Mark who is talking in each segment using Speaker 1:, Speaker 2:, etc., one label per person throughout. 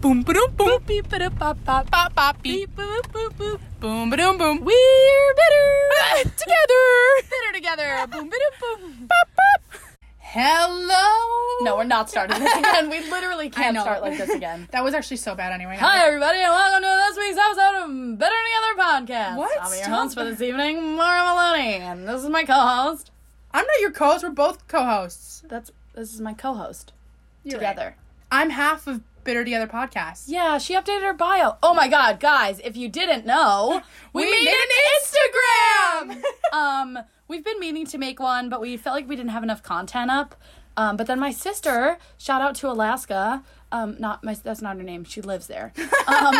Speaker 1: Boom, boom, boom.
Speaker 2: Beep, ba, da, pop, pop.
Speaker 1: Pop, pop, beep.
Speaker 2: Beep, boop, boop, boop.
Speaker 1: Boom, boom, boom. Ah,
Speaker 2: We're better.
Speaker 1: Together.
Speaker 2: better together. Boom, ba, da, boom.
Speaker 1: Hello.
Speaker 2: No, we're not starting this again. We literally can't
Speaker 1: know.
Speaker 2: start like this again.
Speaker 1: That was actually so bad anyway.
Speaker 2: Hi, everybody, and welcome to this week's episode of Better Together Podcast.
Speaker 1: What?
Speaker 2: I'm your
Speaker 1: Stop
Speaker 2: host for
Speaker 1: that.
Speaker 2: this evening, Mara Maloney, and this is my co-host.
Speaker 1: I'm not your co-host. We're both co-hosts.
Speaker 2: That's this is my co-host.
Speaker 1: You're right.
Speaker 2: together.
Speaker 1: I'm half of Bitter Together podcast.
Speaker 2: Yeah, she updated her bio. Oh my god, guys, if you didn't know, we,
Speaker 1: We
Speaker 2: made,
Speaker 1: made
Speaker 2: an Instagram.
Speaker 1: Instagram!
Speaker 2: um, we've been meaning to make one, but we felt like we didn't have enough content up. Um, but then my sister, shout out to Alaska. Um, not my that's not her name. She lives there. Um,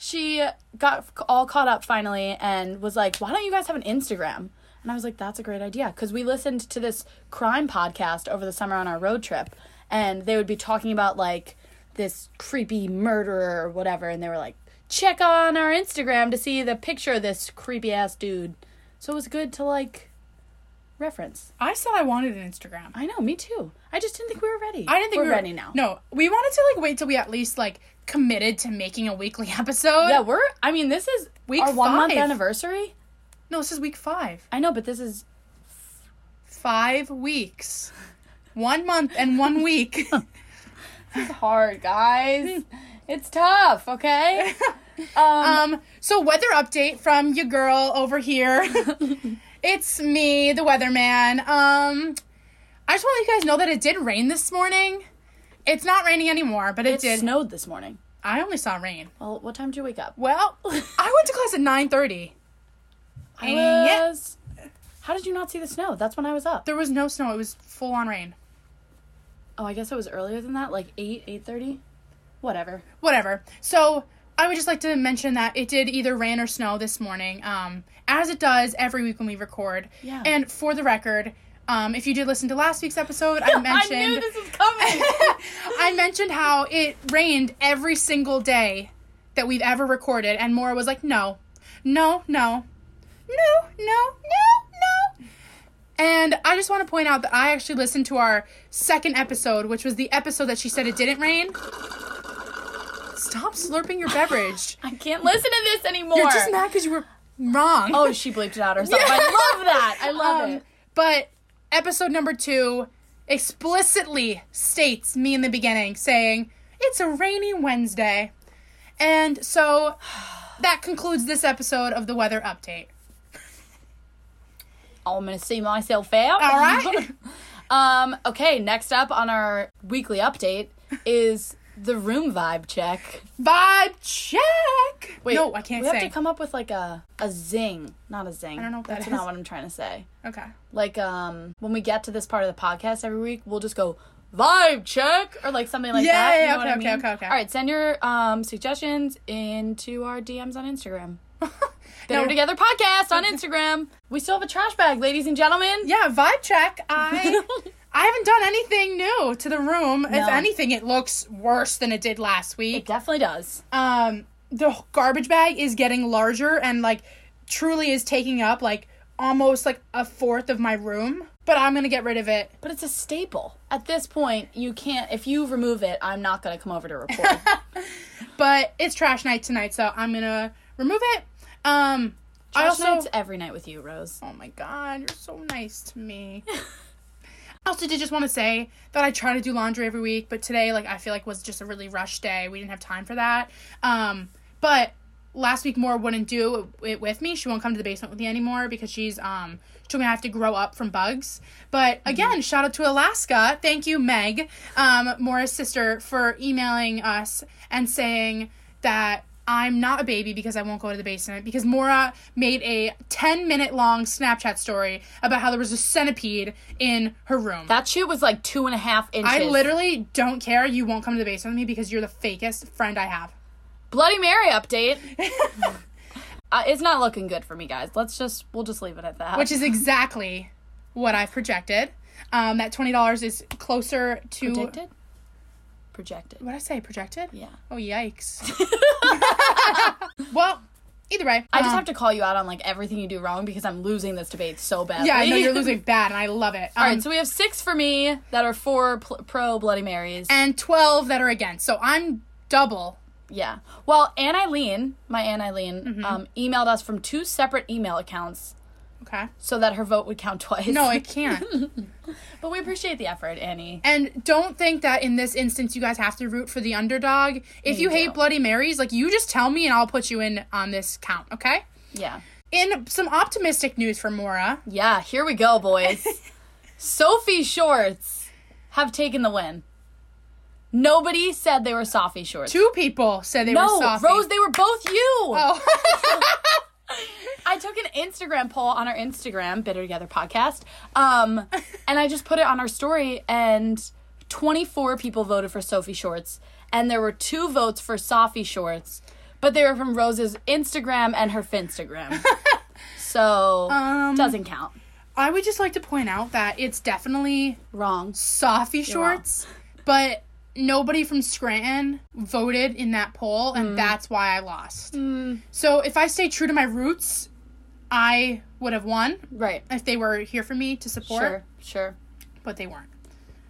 Speaker 2: she got all caught up finally and was like, "Why don't you guys have an Instagram?" And I was like, "That's a great idea." Because we listened to this crime podcast over the summer on our road trip, and they would be talking about like this creepy murderer or whatever, and they were like, "Check on our Instagram to see the picture of this creepy ass dude." So it was good to like reference.
Speaker 1: I said I wanted an Instagram.
Speaker 2: I know, me too. I just didn't think we were ready.
Speaker 1: I didn't think we
Speaker 2: we're
Speaker 1: were
Speaker 2: ready now.
Speaker 1: No, we wanted to like wait till we at least like committed to making a weekly episode.
Speaker 2: Yeah, we're. I mean, this is
Speaker 1: Week
Speaker 2: our one month
Speaker 1: five.
Speaker 2: anniversary.
Speaker 1: No, this is week five.
Speaker 2: I know, but this is
Speaker 1: Five weeks, one month and one week.
Speaker 2: hard, guys. it's tough, okay?
Speaker 1: Um, so weather update from your girl over here. it's me, the weatherman. Um, I just want to let you guys know that it did rain this morning. It's not raining anymore, but it,
Speaker 2: It
Speaker 1: did.
Speaker 2: snowed this morning.
Speaker 1: I only saw rain.
Speaker 2: Well, what time did you wake up?
Speaker 1: Well, I went to class at nine thirty.
Speaker 2: I
Speaker 1: Yeah.
Speaker 2: was. How did you not see the snow? That's when I was up.
Speaker 1: There was no snow. It was full on rain.
Speaker 2: Oh, I guess it was earlier than that, like eight, eight thirty, whatever.
Speaker 1: Whatever. So I would just like to mention that it did either rain or snow this morning, um, as it does every week when we record.
Speaker 2: Yeah.
Speaker 1: And for the record, um, if you did listen to last week's episode, I mentioned
Speaker 2: I knew this was coming.
Speaker 1: I mentioned how it rained every single day that we've ever recorded, and Maura was like, no, no, no, no, no, no, no. And I just want to point out that I actually listened to our second episode, which was the episode that she said it didn't rain. Stop slurping your beverage.
Speaker 2: I can't listen to this anymore.
Speaker 1: You're just mad because you were wrong.
Speaker 2: oh, she bleeped it out herself. I love that. I love
Speaker 1: Um,
Speaker 2: it.
Speaker 1: But episode number two explicitly states me in the beginning saying, It's a rainy Wednesday. And so that concludes this episode of the weather update.
Speaker 2: Oh, I'm gonna see myself out.
Speaker 1: All right.
Speaker 2: um. Okay. Next up on our weekly update is the room vibe check.
Speaker 1: Vibe check.
Speaker 2: Wait,
Speaker 1: no, I can't
Speaker 2: we
Speaker 1: say.
Speaker 2: have to come up with like a a zing, not a zing. I
Speaker 1: don't know what that
Speaker 2: That's
Speaker 1: is.
Speaker 2: not what I'm trying to say.
Speaker 1: okay.
Speaker 2: Like um, when we get to this part of the podcast every week, we'll just go vibe check or like something like
Speaker 1: Yeah,
Speaker 2: that.
Speaker 1: yeah,
Speaker 2: you know
Speaker 1: okay,
Speaker 2: what I
Speaker 1: okay,
Speaker 2: mean?
Speaker 1: okay, okay.
Speaker 2: All right, send your um suggestions into our DMs on Instagram. Better
Speaker 1: No.
Speaker 2: Together podcast on Instagram. We still have a trash bag, ladies and gentlemen.
Speaker 1: Yeah, vibe check. I I haven't done anything new to the room. If
Speaker 2: No.
Speaker 1: anything, it looks worse than it did last
Speaker 2: It
Speaker 1: week.
Speaker 2: definitely does.
Speaker 1: um the garbage bag is getting larger and like truly is taking up like almost like a fourth of my room but i'm gonna get rid of it
Speaker 2: But it's a staple. At this point, you can't. If you remove it, I'm not going to come over to record.
Speaker 1: but it's trash night tonight so i'm gonna remove it um i
Speaker 2: Trash
Speaker 1: also
Speaker 2: nights every night with you, Rose.
Speaker 1: oh my god you're so nice to me i also did just want to say that i try to do laundry every week but today like i feel like was just a really rushed day we didn't have time for that um but last week more wouldn't do it, it with me she won't come to the basement with me anymore because she's um she told me i have to grow up from bugs but again shout out to alaska thank you meg um mora's sister for emailing us and saying that i'm not a baby because i won't go to the basement because mora made a 10 minute long snapchat story about how there was a centipede in her room
Speaker 2: That shoot was like two and a half inches.
Speaker 1: i literally don't care you won't come to the basement with me because you're the fakest friend i have
Speaker 2: Bloody Mary update. uh, it's not looking good for me, guys. Let's just we'll just leave it at that.
Speaker 1: which is exactly what I've projected. Um, that twenty dollars is closer to
Speaker 2: predicted. Projected.
Speaker 1: What I say? Projected?
Speaker 2: Yeah.
Speaker 1: Oh yikes! Oh, well, Either way,
Speaker 2: I just have to call you out on like everything you do wrong because I'm losing this debate so badly.
Speaker 1: Yeah, I know you're losing bad, and I love it.
Speaker 2: All
Speaker 1: Um,
Speaker 2: right, so we have six for me that are for pl- pro Bloody Marys.
Speaker 1: and twelve that are against. So I'm double.
Speaker 2: yeah. Well, Anne Eileen, my Anne Eileen,
Speaker 1: Mm-hmm.
Speaker 2: um, emailed us from two separate email accounts
Speaker 1: Okay.
Speaker 2: so that her vote would count twice.
Speaker 1: No, I can't.
Speaker 2: but we appreciate the effort, Annie.
Speaker 1: And don't think that in this instance you guys have to root for the underdog. If you,
Speaker 2: you
Speaker 1: hate
Speaker 2: do.
Speaker 1: Bloody Marys, like you just tell me and I'll put you in on this count, okay?
Speaker 2: Yeah.
Speaker 1: In some optimistic news for Mora,
Speaker 2: Yeah, here we go, boys. Sophie shorts have taken the win. Nobody said they were Sophie shorts.
Speaker 1: two people said they
Speaker 2: no,
Speaker 1: were saucy.
Speaker 2: Rose, they were both you.
Speaker 1: Oh.
Speaker 2: I took an Instagram poll on our Instagram, Bitter Together Podcast, um, and I just put it on our story, and 24 people voted for Sophie Shorts, and there were two votes for Sophie Shorts, but they were from Rose's Instagram and her Finstagram. so,
Speaker 1: Um,
Speaker 2: doesn't count.
Speaker 1: I would just like to point out that it's definitely
Speaker 2: Wrong.
Speaker 1: Sophie shorts, but nobody from Scranton voted in that poll,
Speaker 2: Mm.
Speaker 1: and that's why I lost. So if I stay true to my roots, I would have won
Speaker 2: Right.
Speaker 1: if they were here for me to support,
Speaker 2: Sure, sure.
Speaker 1: but they weren't.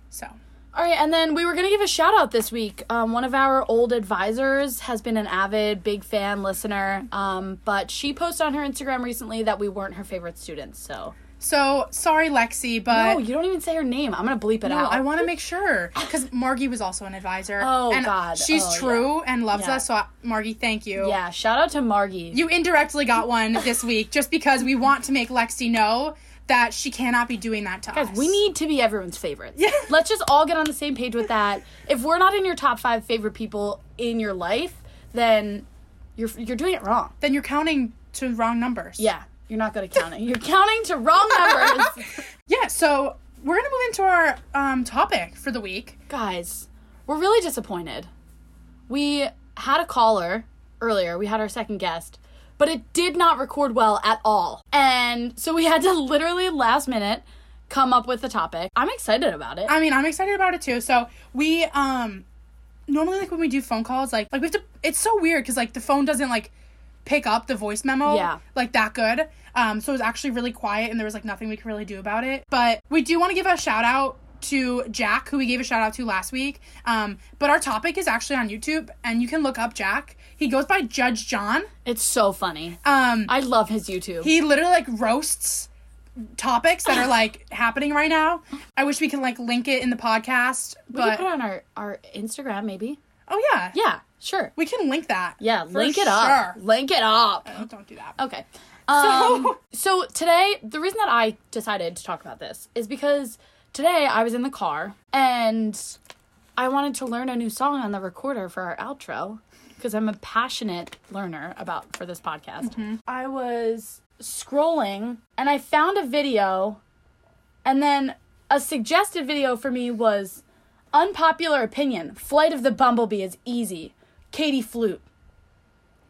Speaker 1: So
Speaker 2: All right, and then we were going to give a shout out this week. Um, one of our old advisors has been an avid, big fan listener, um, but she posted on her Instagram recently that we weren't her favorite students. So,
Speaker 1: so sorry, Lexi, but
Speaker 2: oh, you don't even say her name. I'm going to bleep it
Speaker 1: No,
Speaker 2: out.
Speaker 1: I want to make sure because Margie was also an advisor.
Speaker 2: Oh,
Speaker 1: and
Speaker 2: God.
Speaker 1: she's
Speaker 2: Oh,
Speaker 1: true and loves
Speaker 2: Yeah.
Speaker 1: us. So I- Margie, thank you.
Speaker 2: yeah, shout out to Margie.
Speaker 1: You indirectly got one this week just because we want to make Lexi know that she cannot be doing that to us.
Speaker 2: we need to be everyone's favorites. Let's just all get on the same page with that. If we're not in your top five favorite people in your life, then you're you're doing it wrong.
Speaker 1: Then you're counting to wrong numbers.
Speaker 2: Yeah, you're not good at counting. You're counting to wrong numbers.
Speaker 1: Yeah. So we're gonna move into our um, topic for the week.
Speaker 2: guys, we're really disappointed. We had a caller earlier, we had our second guest, but it did not record well at all. And so we had to literally last minute come up with the topic. I'm excited about it.
Speaker 1: I mean, I'm excited about it too. So we um normally like when we do phone calls, like like we have to. It's so weird because like the phone doesn't like pick up the voice memo
Speaker 2: Yeah.
Speaker 1: like that good. Um, so it was actually really quiet and there was like nothing we could really do about it. But we do want to give a shout out to Jack, who we gave a shout out to last week. Um, but our topic is actually on YouTube and you can look up Jack. He goes by Judge John.
Speaker 2: It's so funny.
Speaker 1: Um,
Speaker 2: I love his YouTube.
Speaker 1: he literally like roasts topics that are like happening right now. I wish we could like link it in the podcast,
Speaker 2: we could
Speaker 1: but
Speaker 2: put it on our, our Instagram, maybe.
Speaker 1: oh yeah,
Speaker 2: Yeah, sure.
Speaker 1: we can link that.
Speaker 2: Yeah,
Speaker 1: for
Speaker 2: link it up.
Speaker 1: sure.
Speaker 2: Link it up.
Speaker 1: Don't do that.
Speaker 2: Okay. Um, so today, the reason that I decided to talk about this is because today I was in the car and I wanted to learn a new song on the recorder for our outro because I'm a passionate learner about for this podcast. I was scrolling and I found a video and then a suggested video for me was unpopular opinion. Flight of the Bumblebee is easy. Katie Flute.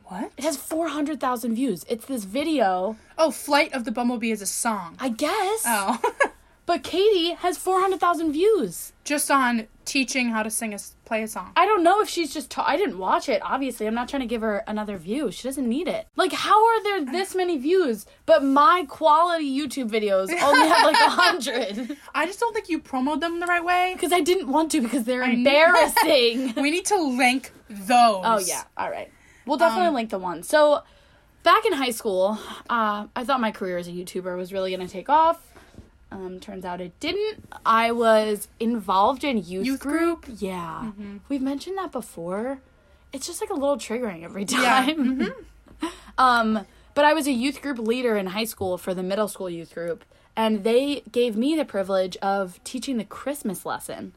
Speaker 1: What?
Speaker 2: It has 400,000 views. It's this video,
Speaker 1: Oh, Flight of the Bumblebee is a song.
Speaker 2: I guess.
Speaker 1: Oh,
Speaker 2: But Katie has 400,000 views.
Speaker 1: just on teaching how to sing a s- play a song.
Speaker 2: I don't know if she's just. Ta- I didn't watch it, obviously. I'm not trying to give her another view. She doesn't need it. Like, how are there this many views, but my quality YouTube videos only have like 100?
Speaker 1: I just don't think you promoted them the right way.
Speaker 2: Because I didn't want to because they're
Speaker 1: kn-
Speaker 2: embarrassing.
Speaker 1: We need to link those.
Speaker 2: Oh yeah. All right. We'll definitely
Speaker 1: Um,
Speaker 2: link the one. So back in high school, uh, I thought my career as a YouTuber was really gonna take off. Um, turns out it didn't. I was involved in youth,
Speaker 1: Youth
Speaker 2: group.
Speaker 1: group? Mm-hmm.
Speaker 2: Yeah, we've mentioned that before. It's just like a little triggering every
Speaker 1: Yeah. Mm-hmm.
Speaker 2: time. Um, but I was a youth group leader in high school for the middle school youth group, and they gave me the privilege of teaching the Christmas lesson.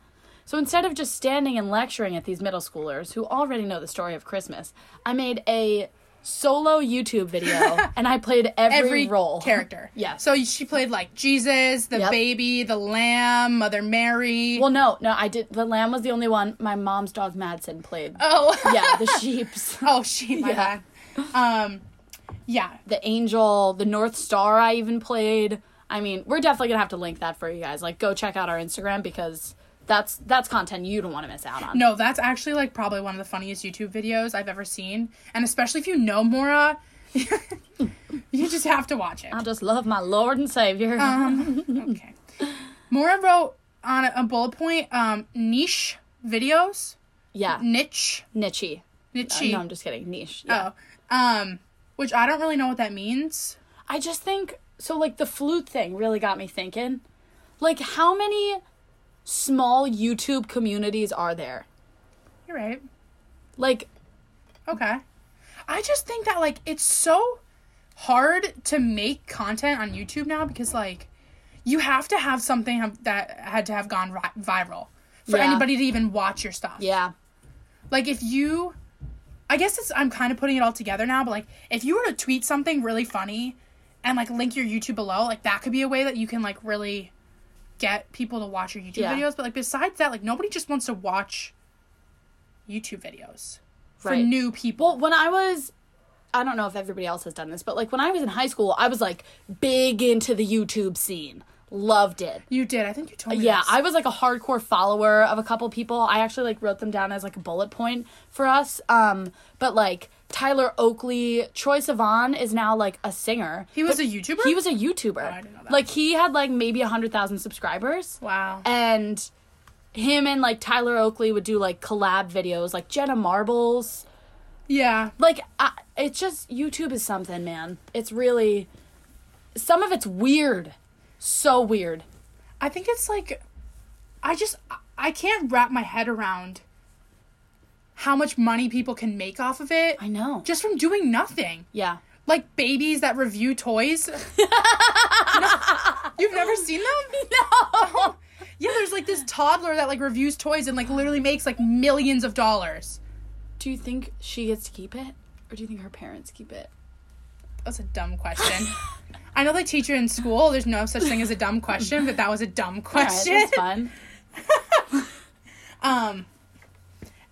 Speaker 2: So instead of just standing and lecturing at these middle schoolers who already know the story of Christmas, I made a solo YouTube video and I played every,
Speaker 1: Every
Speaker 2: role.
Speaker 1: character.
Speaker 2: Yeah.
Speaker 1: So she played like Jesus, the
Speaker 2: Yep.
Speaker 1: baby, the lamb, Mother Mary.
Speaker 2: Well, no, no, I did. The lamb was the only one. My mom's dog Madsen played.
Speaker 1: oh.
Speaker 2: Yeah, the sheep's,
Speaker 1: Oh, she, my
Speaker 2: Yeah.
Speaker 1: bad. Um, yeah.
Speaker 2: the angel, the North Star. I even played. I mean, we're definitely gonna have to link that for you guys. Like, go check out our Instagram because that's that's content you don't want to miss out on.
Speaker 1: No, that's actually like probably one of the funniest YouTube videos I've ever seen. And especially if you know Mora, you just have to watch it.
Speaker 2: I just love my Lord and Savior.
Speaker 1: Um, okay. Mora wrote on a, a bullet point um, niche videos,
Speaker 2: yeah,
Speaker 1: niche,
Speaker 2: niche.
Speaker 1: niche.
Speaker 2: Uh, No, I'm just kidding. Niche. Yeah.
Speaker 1: Oh, um, which I don't really know what that means.
Speaker 2: I just think so. Like the flute thing really got me thinking. Like how many small YouTube communities are there?
Speaker 1: You're right.
Speaker 2: Like
Speaker 1: Okay. I just think that like it's so hard to make content on YouTube now because like you have to have something have- that had to have gone ri- viral for
Speaker 2: Yeah.
Speaker 1: anybody to even watch your stuff.
Speaker 2: yeah,
Speaker 1: Like if you I guess it's I'm kind of putting it all together now, but like if you were to tweet something really funny and like link your YouTube below, like that could be a way that you can like really get people to watch your YouTube
Speaker 2: Yeah.
Speaker 1: videos, but like besides that, like nobody just wants to watch YouTube videos for
Speaker 2: Right.
Speaker 1: new people.
Speaker 2: Well, when I was, I don't know if everybody else has done this, but like when I was in high school, I was like big into the YouTube scene. Loved it.
Speaker 1: You did. I think you told me.
Speaker 2: Yeah,
Speaker 1: this.
Speaker 2: I was like a hardcore follower of a couple people. I actually like wrote them down as like a bullet point for us. Um, but like Tyler Oakley, Troy Sivan is now like a singer.
Speaker 1: He was a YouTuber. Oh,
Speaker 2: He was a YouTuber.
Speaker 1: I didn't know that.
Speaker 2: Like he had like maybe a hundred thousand subscribers.
Speaker 1: Wow.
Speaker 2: And him and like Tyler Oakley would do like collab videos, like Jenna Marbles.
Speaker 1: yeah.
Speaker 2: like I, it's just youtube is something man it's really some of it's weird so weird
Speaker 1: I think it's like, I just I- I can't wrap my head around how much money people can make off of it
Speaker 2: i know
Speaker 1: just from doing nothing.
Speaker 2: yeah
Speaker 1: Like babies that review toys. No, you've never seen them? Oh.
Speaker 2: no
Speaker 1: Yeah, there's like this toddler that like reviews toys and like literally makes like millions of dollars.
Speaker 2: do you think she gets to keep it or do you think her parents keep it
Speaker 1: That's a dumb question. I know they teach you in school. There's no such thing as a dumb question, but that was a dumb
Speaker 2: all right
Speaker 1: question.
Speaker 2: that's fun
Speaker 1: Um,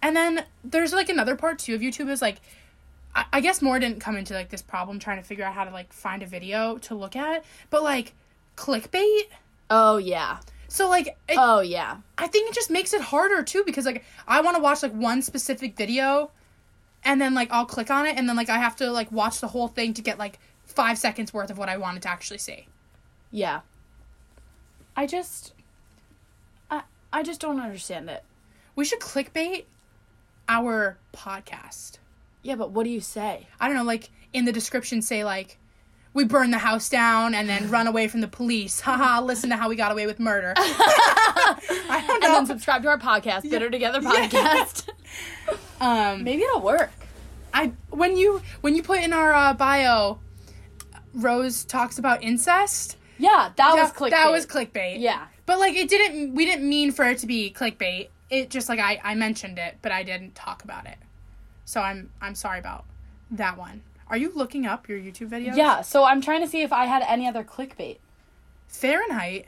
Speaker 1: and then there's like another part too of YouTube is like, I, I guess more didn't come into like this problem trying to figure out how to like find a video to look at, but like clickbait.
Speaker 2: oh yeah
Speaker 1: So like, it,
Speaker 2: oh yeah
Speaker 1: I think it just makes it harder too because like I want to watch like one specific video, and then like I'll click on it and then like I have to like watch the whole thing to get like five seconds worth of what I wanted to actually see.
Speaker 2: yeah i just i i just don't understand it
Speaker 1: We should clickbait our podcast.
Speaker 2: yeah but what do you say
Speaker 1: I don't know, like in the description say like we burn the house down and then run away from the police. Haha, listen to how we got away with murder. I don't
Speaker 2: and then
Speaker 1: know.
Speaker 2: subscribe to our podcast bitter together podcast
Speaker 1: Um
Speaker 2: maybe it'll work
Speaker 1: I when you when you put in our uh, bio Rose talks about incest.
Speaker 2: yeah that was
Speaker 1: That-
Speaker 2: click
Speaker 1: That was clickbait.
Speaker 2: yeah
Speaker 1: But like it didn't we didn't mean for it to be clickbait. It just like I I mentioned it, but I didn't talk about it. So I'm I'm sorry about that one. Are you looking up your YouTube videos?
Speaker 2: Yeah, so I'm trying to see if I had any other clickbait.
Speaker 1: Fahrenheit.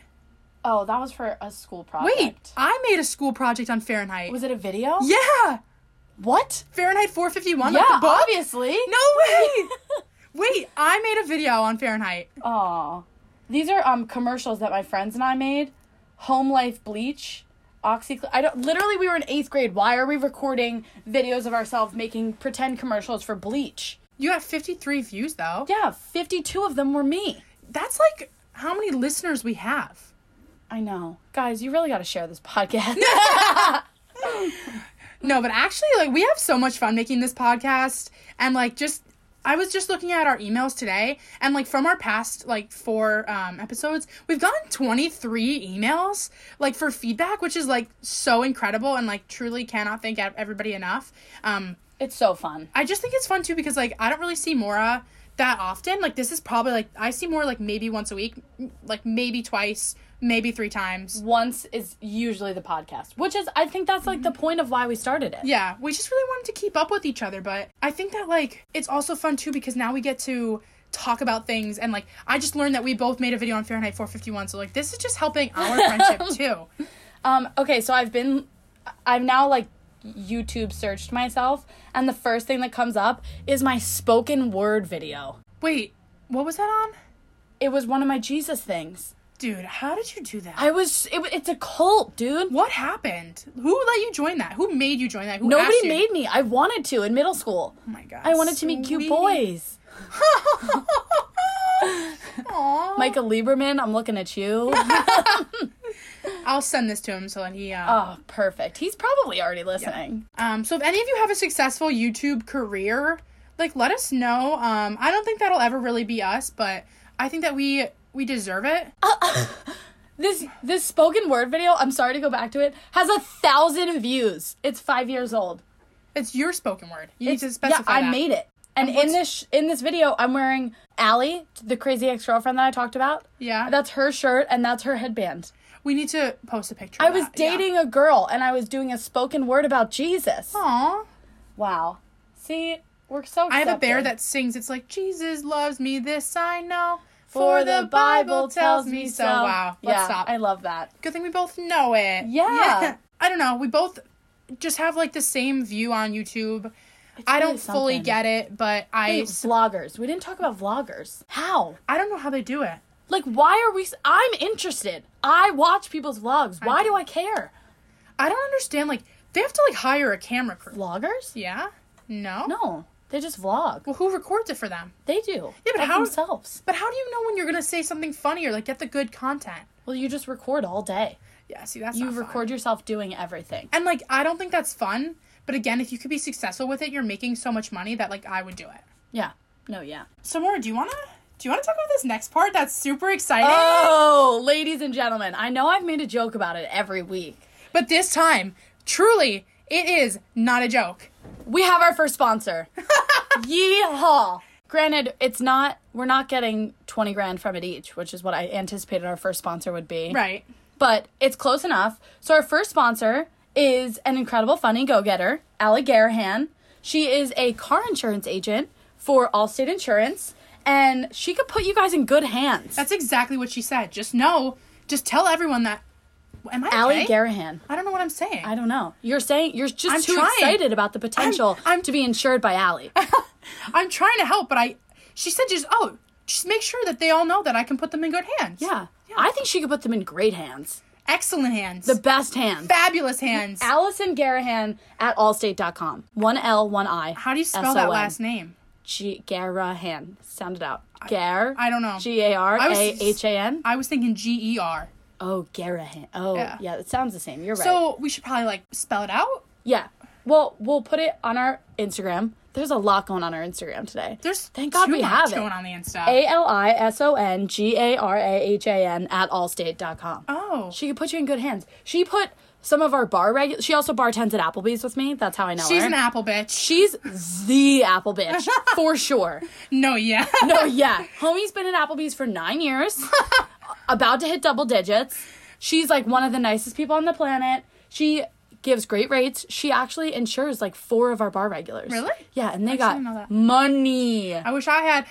Speaker 2: Oh, that was for a school project.
Speaker 1: Wait, I made a school project on Fahrenheit.
Speaker 2: Was it a video?
Speaker 1: yeah,
Speaker 2: What?
Speaker 1: Fahrenheit 451.
Speaker 2: Yeah,
Speaker 1: like the book?
Speaker 2: obviously.
Speaker 1: No way. Wait, I made a video on Fahrenheit.
Speaker 2: Oh. Aw. These are um commercials that my friends and I made. Home Life Bleach. Oxy I don't literally we were in eighth grade. Why are we recording videos of ourselves making pretend commercials for bleach?
Speaker 1: You got 53 views though.
Speaker 2: Yeah, fifty two of them were me.
Speaker 1: That's like how many listeners we have.
Speaker 2: I know. Guys, you really gotta share this podcast.
Speaker 1: No, but actually like we have so much fun making this podcast and like just I was just looking at our emails today and like from our past like four um, episodes, we've gotten 23 emails like for feedback, which is like so incredible and like truly cannot thank ev- everybody enough. Um
Speaker 2: it's so fun.
Speaker 1: I just think it's fun too because like I don't really see Mora that often. Like this is probably like I see Mora like maybe once a week, m- like maybe twice, maybe three times.
Speaker 2: Once is usually the podcast, which is I think that's like the point of why we started it.
Speaker 1: Yeah, we just really wanted to keep up with each other, but I think that like it's also fun too because now we get to talk about things and like I just learned that we both made a video on Fahrenheit 451, so like this is just helping our friendship too.
Speaker 2: Um, okay, so I've been, I've now like YouTube searched myself, and the first thing that comes up is my spoken word video.
Speaker 1: Wait, what was that on?
Speaker 2: It was one of my Jesus things.
Speaker 1: Dude, how did you do that?
Speaker 2: I was, it, wa- it's a cult, dude.
Speaker 1: what happened? Who let you join that? Who made you join that? Who
Speaker 2: Nobody
Speaker 1: asked you?
Speaker 2: made me. I wanted to in middle school.
Speaker 1: Oh my god.
Speaker 2: I wanted to meet cute
Speaker 1: sweetie.
Speaker 2: boys.
Speaker 1: Aw.
Speaker 2: Michael Lieberman, I'm looking at you.
Speaker 1: I'll send this to him so that he. Uh,
Speaker 2: oh, perfect. He's probably already listening.
Speaker 1: um. So if any of you have a successful YouTube career, like let us know. Um. I don't think that'll ever really be us, but I think that we we deserve it.
Speaker 2: Uh, This this spoken word video, I'm sorry to go back to it, has a thousand views. It's five years old.
Speaker 1: It's your spoken word. You need to
Speaker 2: It's-
Speaker 1: specify.
Speaker 2: Yeah, I
Speaker 1: that.
Speaker 2: made it. And in this sh- in this video, I'm wearing Allie, the crazy ex girlfriend that I talked about.
Speaker 1: Yeah.
Speaker 2: that's her shirt and that's her headband.
Speaker 1: We need to post a picture.
Speaker 2: I was dating a girl and I was doing a spoken word about Jesus.
Speaker 1: Aww.
Speaker 2: Wow. See, we're so.
Speaker 1: I have a bear
Speaker 2: accepting.
Speaker 1: that sings. It's like Jesus loves me. This I know.
Speaker 2: for the Bible tells me so.
Speaker 1: Wow. Let's
Speaker 2: yeah,
Speaker 1: stop.
Speaker 2: I love that.
Speaker 1: Good thing we both know it.
Speaker 2: Yeah.
Speaker 1: I don't know. We both just have like the same view on YouTube. I
Speaker 2: really
Speaker 1: don't fully
Speaker 2: something.
Speaker 1: get it, but I
Speaker 2: Hey, vloggers. We didn't talk about vloggers. How?
Speaker 1: I don't know how they do it.
Speaker 2: Like, why are we? s- I'm interested. I watch people's vlogs. Why do I care?
Speaker 1: I don't understand. Like they have to like hire a camera crew.
Speaker 2: Vloggers?
Speaker 1: Yeah. No.
Speaker 2: No, they just vlog.
Speaker 1: Well, who records it for them?
Speaker 2: They do.
Speaker 1: Yeah, but
Speaker 2: of
Speaker 1: how-
Speaker 2: themselves?
Speaker 1: But how do you know when you're gonna say something funny or like get the good content?
Speaker 2: Well, you just record all day.
Speaker 1: Yeah. See, that's
Speaker 2: You
Speaker 1: not fun.
Speaker 2: record yourself doing everything.
Speaker 1: and like I don't think that's fun. But again, if you could be successful with it, you're making so much money that like I would do it.
Speaker 2: Yeah. No. Yeah.
Speaker 1: So, Maura, do you wanna do you wanna talk about this next part? That's super exciting.
Speaker 2: Oh, ladies and gentlemen, I know I've made a joke about it every week.
Speaker 1: But this time, truly, it is not a joke.
Speaker 2: We have our first sponsor. Yeehaw. Granted, it's not we're not getting 20 grand from it each, which is what I anticipated our first sponsor would be.
Speaker 1: Right.
Speaker 2: But it's close enough. So our first sponsor is an incredible funny go-getter, Allie Garahan. She is a car insurance agent for Allstate Insurance, and she could put you guys in good hands.
Speaker 1: That's exactly what she said. Just know, just tell everyone that. Am I
Speaker 2: Allie
Speaker 1: okay?
Speaker 2: Garahan.
Speaker 1: I don't know what I'm saying.
Speaker 2: I don't know. You're saying you're just
Speaker 1: I'm
Speaker 2: too
Speaker 1: trying.
Speaker 2: excited about the potential
Speaker 1: I'm-
Speaker 2: to be insured by Allie.
Speaker 1: I'm trying to help, but I. She said just oh, just make sure that they all know that I can put them in good hands.
Speaker 2: Yeah. I think she could put them in great hands.
Speaker 1: Excellent hands.
Speaker 2: The best hands.
Speaker 1: fabulous hands.
Speaker 2: Allison Garahan at allstate.com. One L, one I.
Speaker 1: How do you spell that last name?
Speaker 2: G- Garahan. Sound it out. Gar.
Speaker 1: I don't know.
Speaker 2: G A R
Speaker 1: I was-
Speaker 2: A H A N.
Speaker 1: I was thinking G E R.
Speaker 2: Oh, Garahan. Oh,
Speaker 1: Yeah.
Speaker 2: yeah. It sounds the same. You're right.
Speaker 1: So we should probably like spell it out.
Speaker 2: yeah. Well, we'll put it on our Instagram. There's a lot going on our Instagram today.
Speaker 1: There's
Speaker 2: Thank God
Speaker 1: too
Speaker 2: we
Speaker 1: much
Speaker 2: have it.
Speaker 1: going on the Insta.
Speaker 2: A L I S O N G A R A H A N at allstate.com.
Speaker 1: Oh.
Speaker 2: She could put you in good hands. She put some of our bar regu- She also bartends at Applebee's with me. That's how I know
Speaker 1: She's
Speaker 2: her.
Speaker 1: an apple bitch.
Speaker 2: She's the Apple bitch for sure.
Speaker 1: No, yeah.
Speaker 2: No, yeah. Homie's been at Applebee's for nine years, about to hit double digits. She's like one of the nicest people on the planet. She gives great rates. She actually insures like four of our bar regulars.
Speaker 1: Really?
Speaker 2: Yeah, and they
Speaker 1: didn't know that.
Speaker 2: got money.
Speaker 1: I wish I had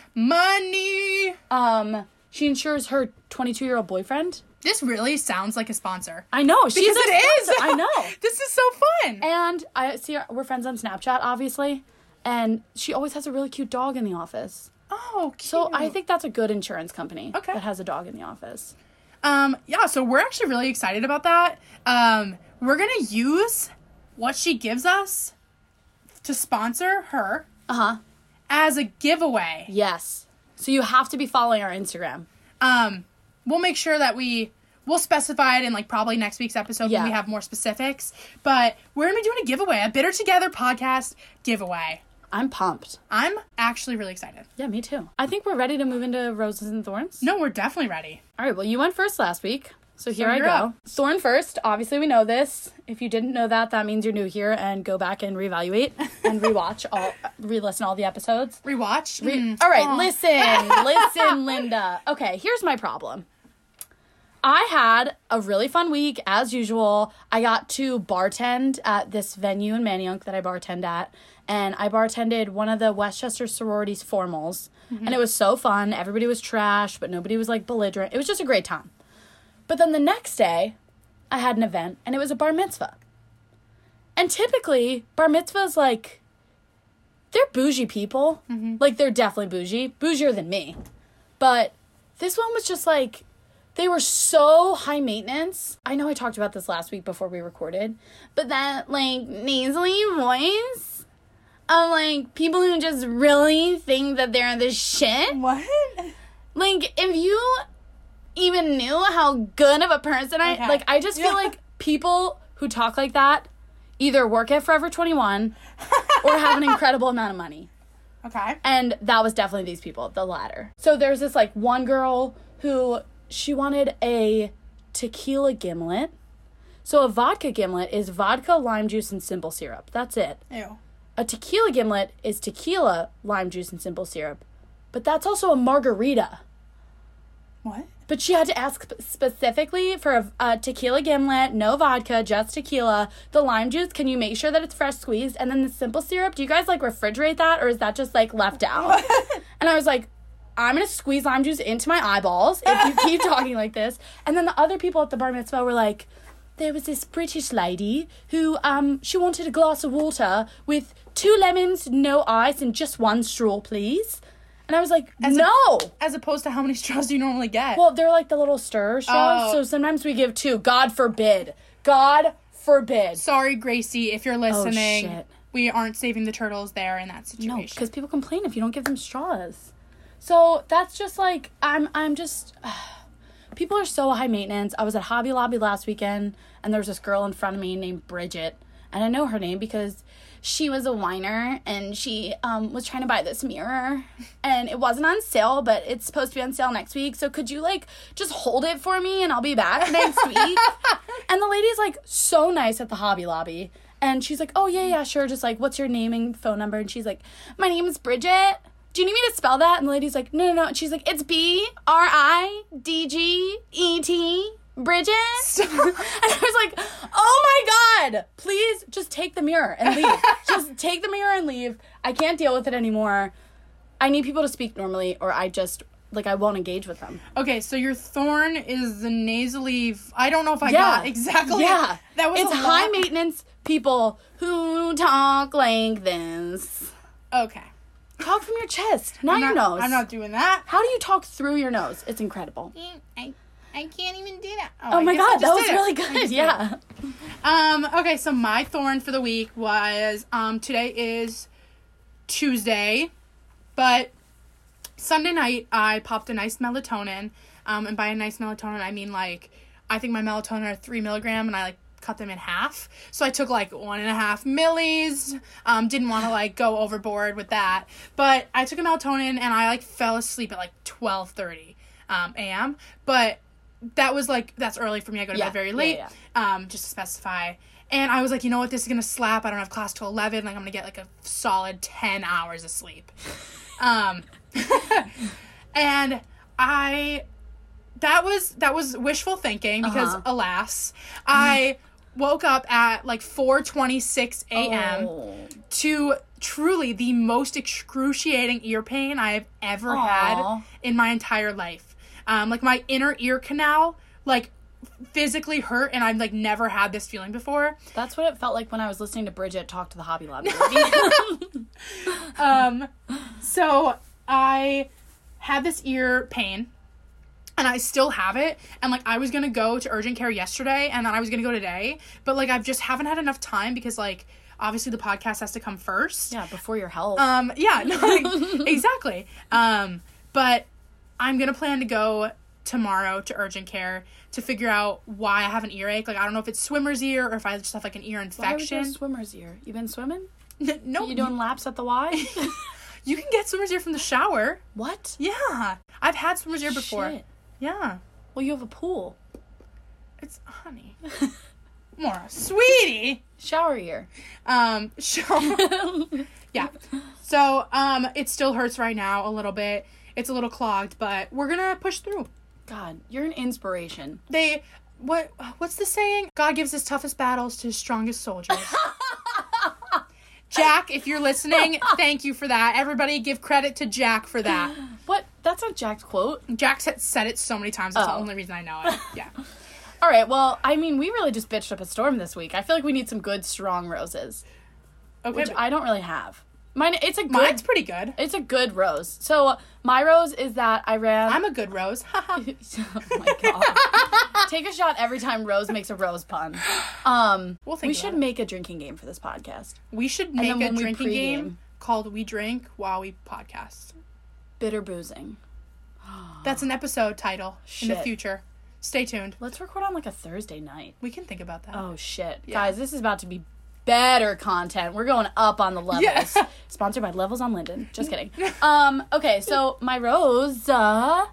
Speaker 1: money.
Speaker 2: Um, she insures her 22 year old boyfriend.
Speaker 1: This really sounds like a sponsor.
Speaker 2: I know. She's
Speaker 1: Because
Speaker 2: a
Speaker 1: it is.
Speaker 2: sponsor. I know.
Speaker 1: this is so fun.
Speaker 2: And I see her, we're friends on Snapchat, obviously. And she always has a really cute dog in the office.
Speaker 1: oh, cute.
Speaker 2: So I think that's a good insurance company
Speaker 1: Okay.
Speaker 2: that has a dog in the office.
Speaker 1: um yeah, so we're actually really excited about that. Um we're going to use what she gives us to sponsor her
Speaker 2: Uh huh.
Speaker 1: as a giveaway.
Speaker 2: Yes. So you have to be following our Instagram.
Speaker 1: Um we'll make sure that we we'll specify it in like probably next week's episode
Speaker 2: Yeah.
Speaker 1: when we have more specifics, but we're going to be doing a giveaway, a Bitter Together podcast giveaway.
Speaker 2: I'm pumped.
Speaker 1: I'm actually really excited.
Speaker 2: Yeah, me too. I think we're ready to move into roses and thorns.
Speaker 1: No, we're definitely ready.
Speaker 2: All right. Well, you went first last week. So here I
Speaker 1: you're
Speaker 2: go.
Speaker 1: up.
Speaker 2: Thorn first. Obviously, we know this. If you didn't know that, that means you're new here and go back and reevaluate and rewatch all, re listen all the episodes.
Speaker 1: Rewatch. Mm.
Speaker 2: All right,
Speaker 1: Aw.
Speaker 2: listen, listen, Linda. Okay, here's my problem. I had a really fun week as usual. I got to bartend at this venue in Manayunk that I bartend at, and I bartended one of the Westchester sororities formals,
Speaker 1: Mm-hmm.
Speaker 2: and it was so fun. Everybody was trash, but nobody was like belligerent. It was just a great time. But then the next day, I had an event, and it was a bar mitzvah. And typically, bar mitzvahs like they're bougie people.
Speaker 1: Mm-hmm.
Speaker 2: Like they're definitely bougie, bougier than me. But this one was just like they were so high maintenance. I know I talked about this last week before we recorded, but that like nasally voice. of like people who just really think that they're the shit.
Speaker 1: What?
Speaker 2: Like if you even knew how good of a person I
Speaker 1: Okay.
Speaker 2: like I just feel
Speaker 1: Yeah.
Speaker 2: like people who talk like that either work at Forever 21 or have an incredible amount of money.
Speaker 1: Okay.
Speaker 2: And that was definitely these people, the latter. So there's this like one girl who she wanted a tequila gimlet. So a vodka gimlet is vodka, lime juice, and simple syrup. That's it.
Speaker 1: Ew.
Speaker 2: A tequila gimlet is tequila, lime juice, and simple syrup. But that's also a margarita.
Speaker 1: What?
Speaker 2: But she had to ask sp- specifically for a, a tequila gimlet, no vodka, just tequila. The lime juice, can you make sure that it's fresh squeezed? And then the simple syrup, do you guys like refrigerate that or is that just like left out? and I was like, I'm gonna squeeze lime juice into my eyeballs if you keep talking like this. And then the other people at the bar mitzvah were like, there was this British lady who um she wanted a glass of water with two lemons, no ice, and just one straw, please. And I was like, no.
Speaker 1: As opposed to how many straws do you normally get?
Speaker 2: Well, they're like the little stir straws,
Speaker 1: Oh.
Speaker 2: so sometimes we give two. God forbid. God forbid.
Speaker 1: Sorry, Gracie, if you're listening.
Speaker 2: Oh, shit.
Speaker 1: We aren't saving the turtles there in that
Speaker 2: No,
Speaker 1: situation.
Speaker 2: because people complain if you don't give them straws. So that's just like I'm. I'm just. people are so high maintenance. I was at Hobby Lobby last weekend, and there was this girl in front of me named Bridget, and I know her name because she was a whiner and she um, was trying to buy this mirror, and it wasn't on sale, but it's supposed to be on sale next week. So could you like just hold it for me, and I'll be back next week? and the lady's like so nice at the Hobby Lobby. And she's like, oh, yeah, yeah, sure. Just like, what's your name and phone number? And she's like, my name is Bridget do you need me to spell that? And the lady's like, no, no, no. And she's like, it's B R I D G E T, Bridget. and I was like, oh my God, please just take the mirror and leave. just take the mirror and leave. I can't deal with it anymore. I need people to speak normally or I just, like, I won't engage with them.
Speaker 1: Okay, so your thorn is the nasally. I don't know if I got exactly.
Speaker 2: Yeah.
Speaker 1: that was
Speaker 2: it's
Speaker 1: a
Speaker 2: high
Speaker 1: lot.
Speaker 2: maintenance people who talk like this.
Speaker 1: Okay,
Speaker 2: Talk from your chest, not,
Speaker 1: I'm
Speaker 2: your
Speaker 1: not-
Speaker 2: nose.
Speaker 1: I'm not doing that.
Speaker 2: How do you talk through your nose? It's incredible.
Speaker 1: I, I can't even do that.
Speaker 2: Oh my god, that was
Speaker 1: did it.
Speaker 2: really
Speaker 1: I just
Speaker 2: good.
Speaker 1: did
Speaker 2: Yeah.
Speaker 1: it. Um. Okay, so my thorn for the week was um today is Tuesday, but Sunday night I popped a nice melatonin. Um, and by a nice melatonin I mean like I think my melatonin are three milligram and I like cut them in half. So I took like one and a half millis. Um, didn't want to like go overboard with that. But I took a melatonin and I like fell asleep at like twelve thirty um AM. But that was like that's early for me. I go to
Speaker 2: Yeah,
Speaker 1: bed very
Speaker 2: yeah,
Speaker 1: late.
Speaker 2: yeah.
Speaker 1: Um, just to specify. And I was like, you know what, this is gonna slap. I don't have class till eleven. Like I'm gonna get like a solid ten hours of sleep. Um, and I that was that was wishful thinking because
Speaker 2: Uh-huh.
Speaker 1: alas, I woke up at like 4:26 a.m.
Speaker 2: Oh.
Speaker 1: to truly the most excruciating ear pain I have ever
Speaker 2: Aw.
Speaker 1: had in my entire life. Um, like my inner ear canal like physically hurt and I've like never had this feeling before.
Speaker 2: That's what it felt like when I was listening to Bridget talk to the Hobby Lobby.
Speaker 1: um, so I had this ear pain, and I still have it. And like I was gonna go to urgent care yesterday, and then I was gonna go today, but like I've just haven't had enough time because like obviously the podcast has to come first.
Speaker 2: yeah, before your health.
Speaker 1: Um, yeah, no, like, exactly. Um, but I'm gonna plan to go tomorrow to urgent care to figure out why I have an earache. Like I don't know if it's swimmer's ear or if I just have like an ear
Speaker 2: Why was your
Speaker 1: infection.
Speaker 2: swimmer's ear? You been swimming?
Speaker 1: no,
Speaker 2: You doing laps at the Y?
Speaker 1: you can get swimmer's ear from the shower.
Speaker 2: what?
Speaker 1: Yeah, I've had swimmer's ear before.
Speaker 2: Shit.
Speaker 1: Yeah,
Speaker 2: Well, you have a pool.
Speaker 1: it's honey, Mora, sweetie.
Speaker 2: Shower ear.
Speaker 1: Um, so yeah, so um, it still hurts right now a little bit. It's a little clogged, but we're gonna push through.
Speaker 2: God, you're an inspiration.
Speaker 1: They what what's the saying? God gives his toughest battles to his strongest soldiers. Jack, if you're listening, thank you for that. Everybody give credit to Jack for that.
Speaker 2: What? That's not Jack's quote.
Speaker 1: Jack said, said it so many times. That's the
Speaker 2: Oh.
Speaker 1: only reason I know it. Yeah.
Speaker 2: All right, well, I mean, we really just bitched up a storm this week. I feel like we need some good, strong roses,
Speaker 1: Okay.
Speaker 2: which
Speaker 1: but
Speaker 2: I don't really have. Mine, it's a good,
Speaker 1: mine's pretty good.
Speaker 2: it's a good rose. So my rose is that I ran.
Speaker 1: I'm a good rose.
Speaker 2: oh my god. Take a shot every time Rose makes a rose pun. Um
Speaker 1: We'll think
Speaker 2: we
Speaker 1: about
Speaker 2: should
Speaker 1: it.
Speaker 2: make a drinking game for this podcast.
Speaker 1: We should make
Speaker 2: then
Speaker 1: a
Speaker 2: when we
Speaker 1: drinking
Speaker 2: pregame-
Speaker 1: game called We Drink While We Podcast.
Speaker 2: Bitter boozing.
Speaker 1: That's an episode title in the
Speaker 2: Ah. Shit.
Speaker 1: future. Stay tuned.
Speaker 2: Let's record on like a Thursday night.
Speaker 1: We can think about that.
Speaker 2: Oh shit. Guys, this is about to be better content. We're going up on the levels.
Speaker 1: Yeah.
Speaker 2: Sponsored by Levels on Linden. Just kidding. Um, okay, so my rose uh,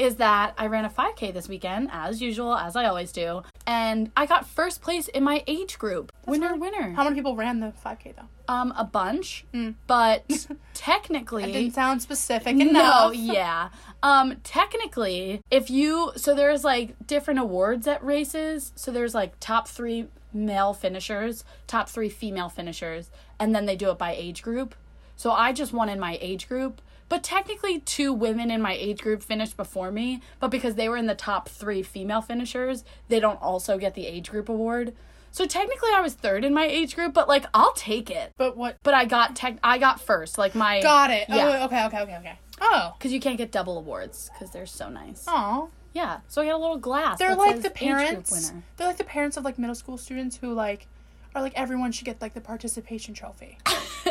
Speaker 2: is that I ran a 5K this weekend, as usual, as I always do, and I got first place in my age group. winner, winner.
Speaker 1: How many people ran the 5K though?
Speaker 2: Um, a bunch, but technically,
Speaker 1: Didn't sound specific
Speaker 2: no,
Speaker 1: enough.
Speaker 2: yeah. Um, technically, if you so there's like different awards at races. So there's like top three male finishers, top three female finishers, and then they do it by age group. So I just won in my age group. But technically, two women in my age group finished before me. But because they were in the top three female finishers, they don't also get the age group award. So technically, I was third in my age group. But like, I'll take it.
Speaker 1: But what?
Speaker 2: But I got tech. I got first. Like my
Speaker 1: Got it.
Speaker 2: Yeah.
Speaker 1: Oh, okay, okay, okay, okay. Oh.
Speaker 2: because you can't get double awards because they're so nice.
Speaker 1: Oh.
Speaker 2: Yeah, so I got a little glass.
Speaker 1: They're
Speaker 2: that
Speaker 1: like
Speaker 2: says
Speaker 1: the
Speaker 2: age group
Speaker 1: parents.
Speaker 2: winner.
Speaker 1: They're like the parents of like middle school students who like are like everyone should get like the participation trophy.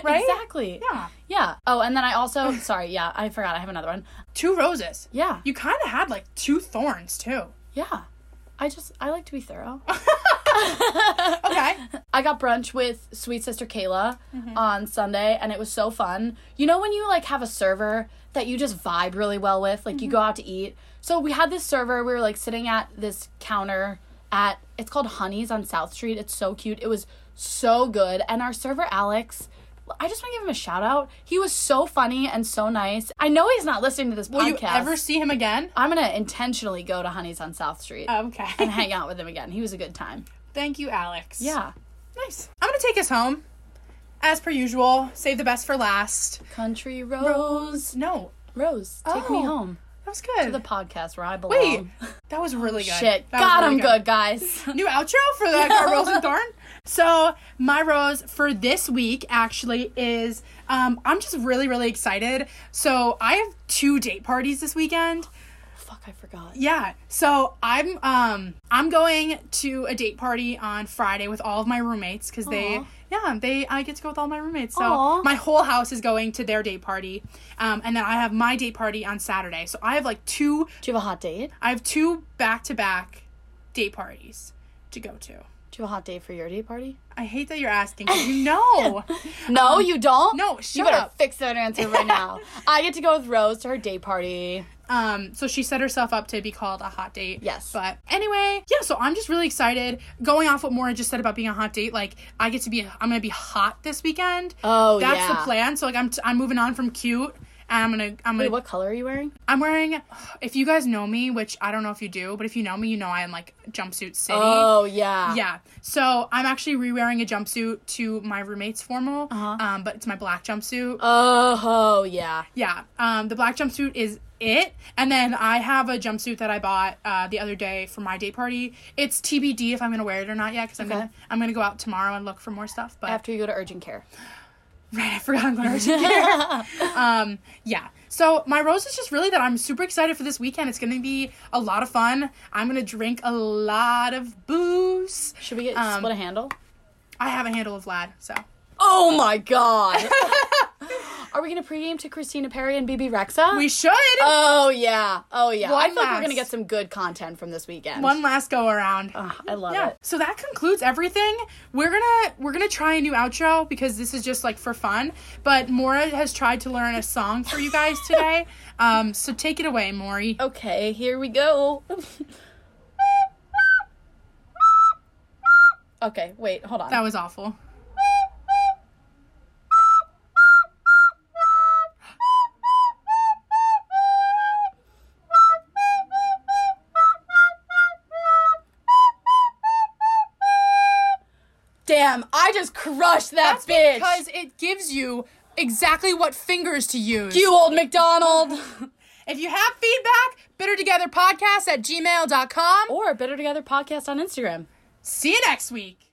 Speaker 1: Right?
Speaker 2: Exactly.
Speaker 1: Yeah.
Speaker 2: Yeah. Oh, and then I also sorry. Yeah, I forgot. I have another one.
Speaker 1: Two roses.
Speaker 2: Yeah.
Speaker 1: You kind of had like two thorns too.
Speaker 2: yeah. I just I like to be thorough.
Speaker 1: Okay.
Speaker 2: I got brunch with sweet sister Kayla
Speaker 1: Mm-hmm.
Speaker 2: on Sunday, and it was so fun. You know when you like have a server that you just vibe really well with, like you
Speaker 1: Mm-hmm.
Speaker 2: go out to eat. So we had this server. We were like sitting at this counter at it's called Honey's on South Street. It's so cute. It was so good, and our server Alex. I just want to give him a shout out. He was so funny and so nice. I know he's not listening to this
Speaker 1: Will you
Speaker 2: podcast.
Speaker 1: ever see him again?
Speaker 2: I'm gonna intentionally go to Honey's on South Street
Speaker 1: Oh.
Speaker 2: and
Speaker 1: Okay.
Speaker 2: hang out with him again. He was a good time.
Speaker 1: Thank you, Alex.
Speaker 2: Yeah,
Speaker 1: Nice. I'm gonna take us home, as per usual. Save the best for last.
Speaker 2: country rose.
Speaker 1: No,
Speaker 2: Rose, take
Speaker 1: Oh.
Speaker 2: me home.
Speaker 1: that was good.
Speaker 2: The podcast where I belong.
Speaker 1: Wait, that was really good.
Speaker 2: Shit.
Speaker 1: That was
Speaker 2: God,
Speaker 1: really
Speaker 2: I'm good, guys.
Speaker 1: New outro for that got rose and thorn. So my rose for this week actually is um, I'm just really really excited. So I have two date parties this weekend.
Speaker 2: Fuck, I forgot.
Speaker 1: Yeah. So I'm um I'm going to a date party on Friday with all of my roommates because they
Speaker 2: Aw.
Speaker 1: yeah they I get to go with all my roommates. So
Speaker 2: Aw.
Speaker 1: my whole house is going to their date party, um, and then I have my date party on Saturday. So I have like two
Speaker 2: Do you have a hot date?
Speaker 1: I have two back to back date parties to go to.
Speaker 2: Do you have a hot date for your date party?
Speaker 1: I hate that you're asking. 'cause You know.
Speaker 2: No, you don't?
Speaker 1: Um, no,
Speaker 2: You
Speaker 1: shut
Speaker 2: better
Speaker 1: up.
Speaker 2: fix that answer right now. I get to go with Rose to her date party.
Speaker 1: um, so she set herself up to be called a hot date.
Speaker 2: Yes.
Speaker 1: But anyway, yeah. So I'm just really excited. Going off what Maura just said about being a hot date, like I get to be. I'm gonna be hot this weekend.
Speaker 2: Oh,
Speaker 1: That's
Speaker 2: yeah.
Speaker 1: the plan. So like I'm. T- I'm moving on from cute. And I'm gonna, I'm gonna,
Speaker 2: Wait, what color are you wearing?
Speaker 1: I'm wearing. If you guys know me, which I don't know if you do, but if you know me, you know I am like jumpsuit city.
Speaker 2: Oh, yeah.
Speaker 1: Yeah. So I'm actually re-wearing a jumpsuit to my roommate's formal,
Speaker 2: Uh-huh.
Speaker 1: um, but it's my black jumpsuit.
Speaker 2: Oh, yeah.
Speaker 1: Yeah. Um, the black jumpsuit is it, and then I have a jumpsuit that I bought uh, the other day for my date party. It's TBD if I'm gonna wear it or not yet, because I'm gonna I'm gonna go out tomorrow and look for more stuff. But
Speaker 2: After you go to urgent care.
Speaker 1: right, I forgot I'm gonna urgent care. um, yeah. So my rose is just really that I'm super excited for this weekend. It's gonna be a lot of fun. I'm gonna drink a lot of booze.
Speaker 2: Should we get
Speaker 1: Um,
Speaker 2: split a handle?
Speaker 1: I have a handle of Vlad, so
Speaker 2: Oh, my God. are we going to pregame to Christina Perry and BB Rexa?
Speaker 1: we should.
Speaker 2: Oh yeah. Oh yeah. I
Speaker 1: One
Speaker 2: feel like we're
Speaker 1: last.
Speaker 2: gonna get some good content from this weekend.
Speaker 1: one last go around.
Speaker 2: Ah, I love
Speaker 1: yeah
Speaker 2: it.
Speaker 1: so that concludes everything we're gonna we're gonna try a new outro because this is just like for fun but mora has tried to learn a song for you guys today um so take it away maury
Speaker 2: Oh. Okay, here we go. okay, wait, hold on.
Speaker 1: that was awful
Speaker 2: Damn, I just crushed that bitch.
Speaker 1: because it gives you exactly what fingers to use
Speaker 2: you old McDonald.
Speaker 1: if you have feedback bitter together podcast at gmail.com
Speaker 2: or Better Together podcast on Instagram.
Speaker 1: see you next week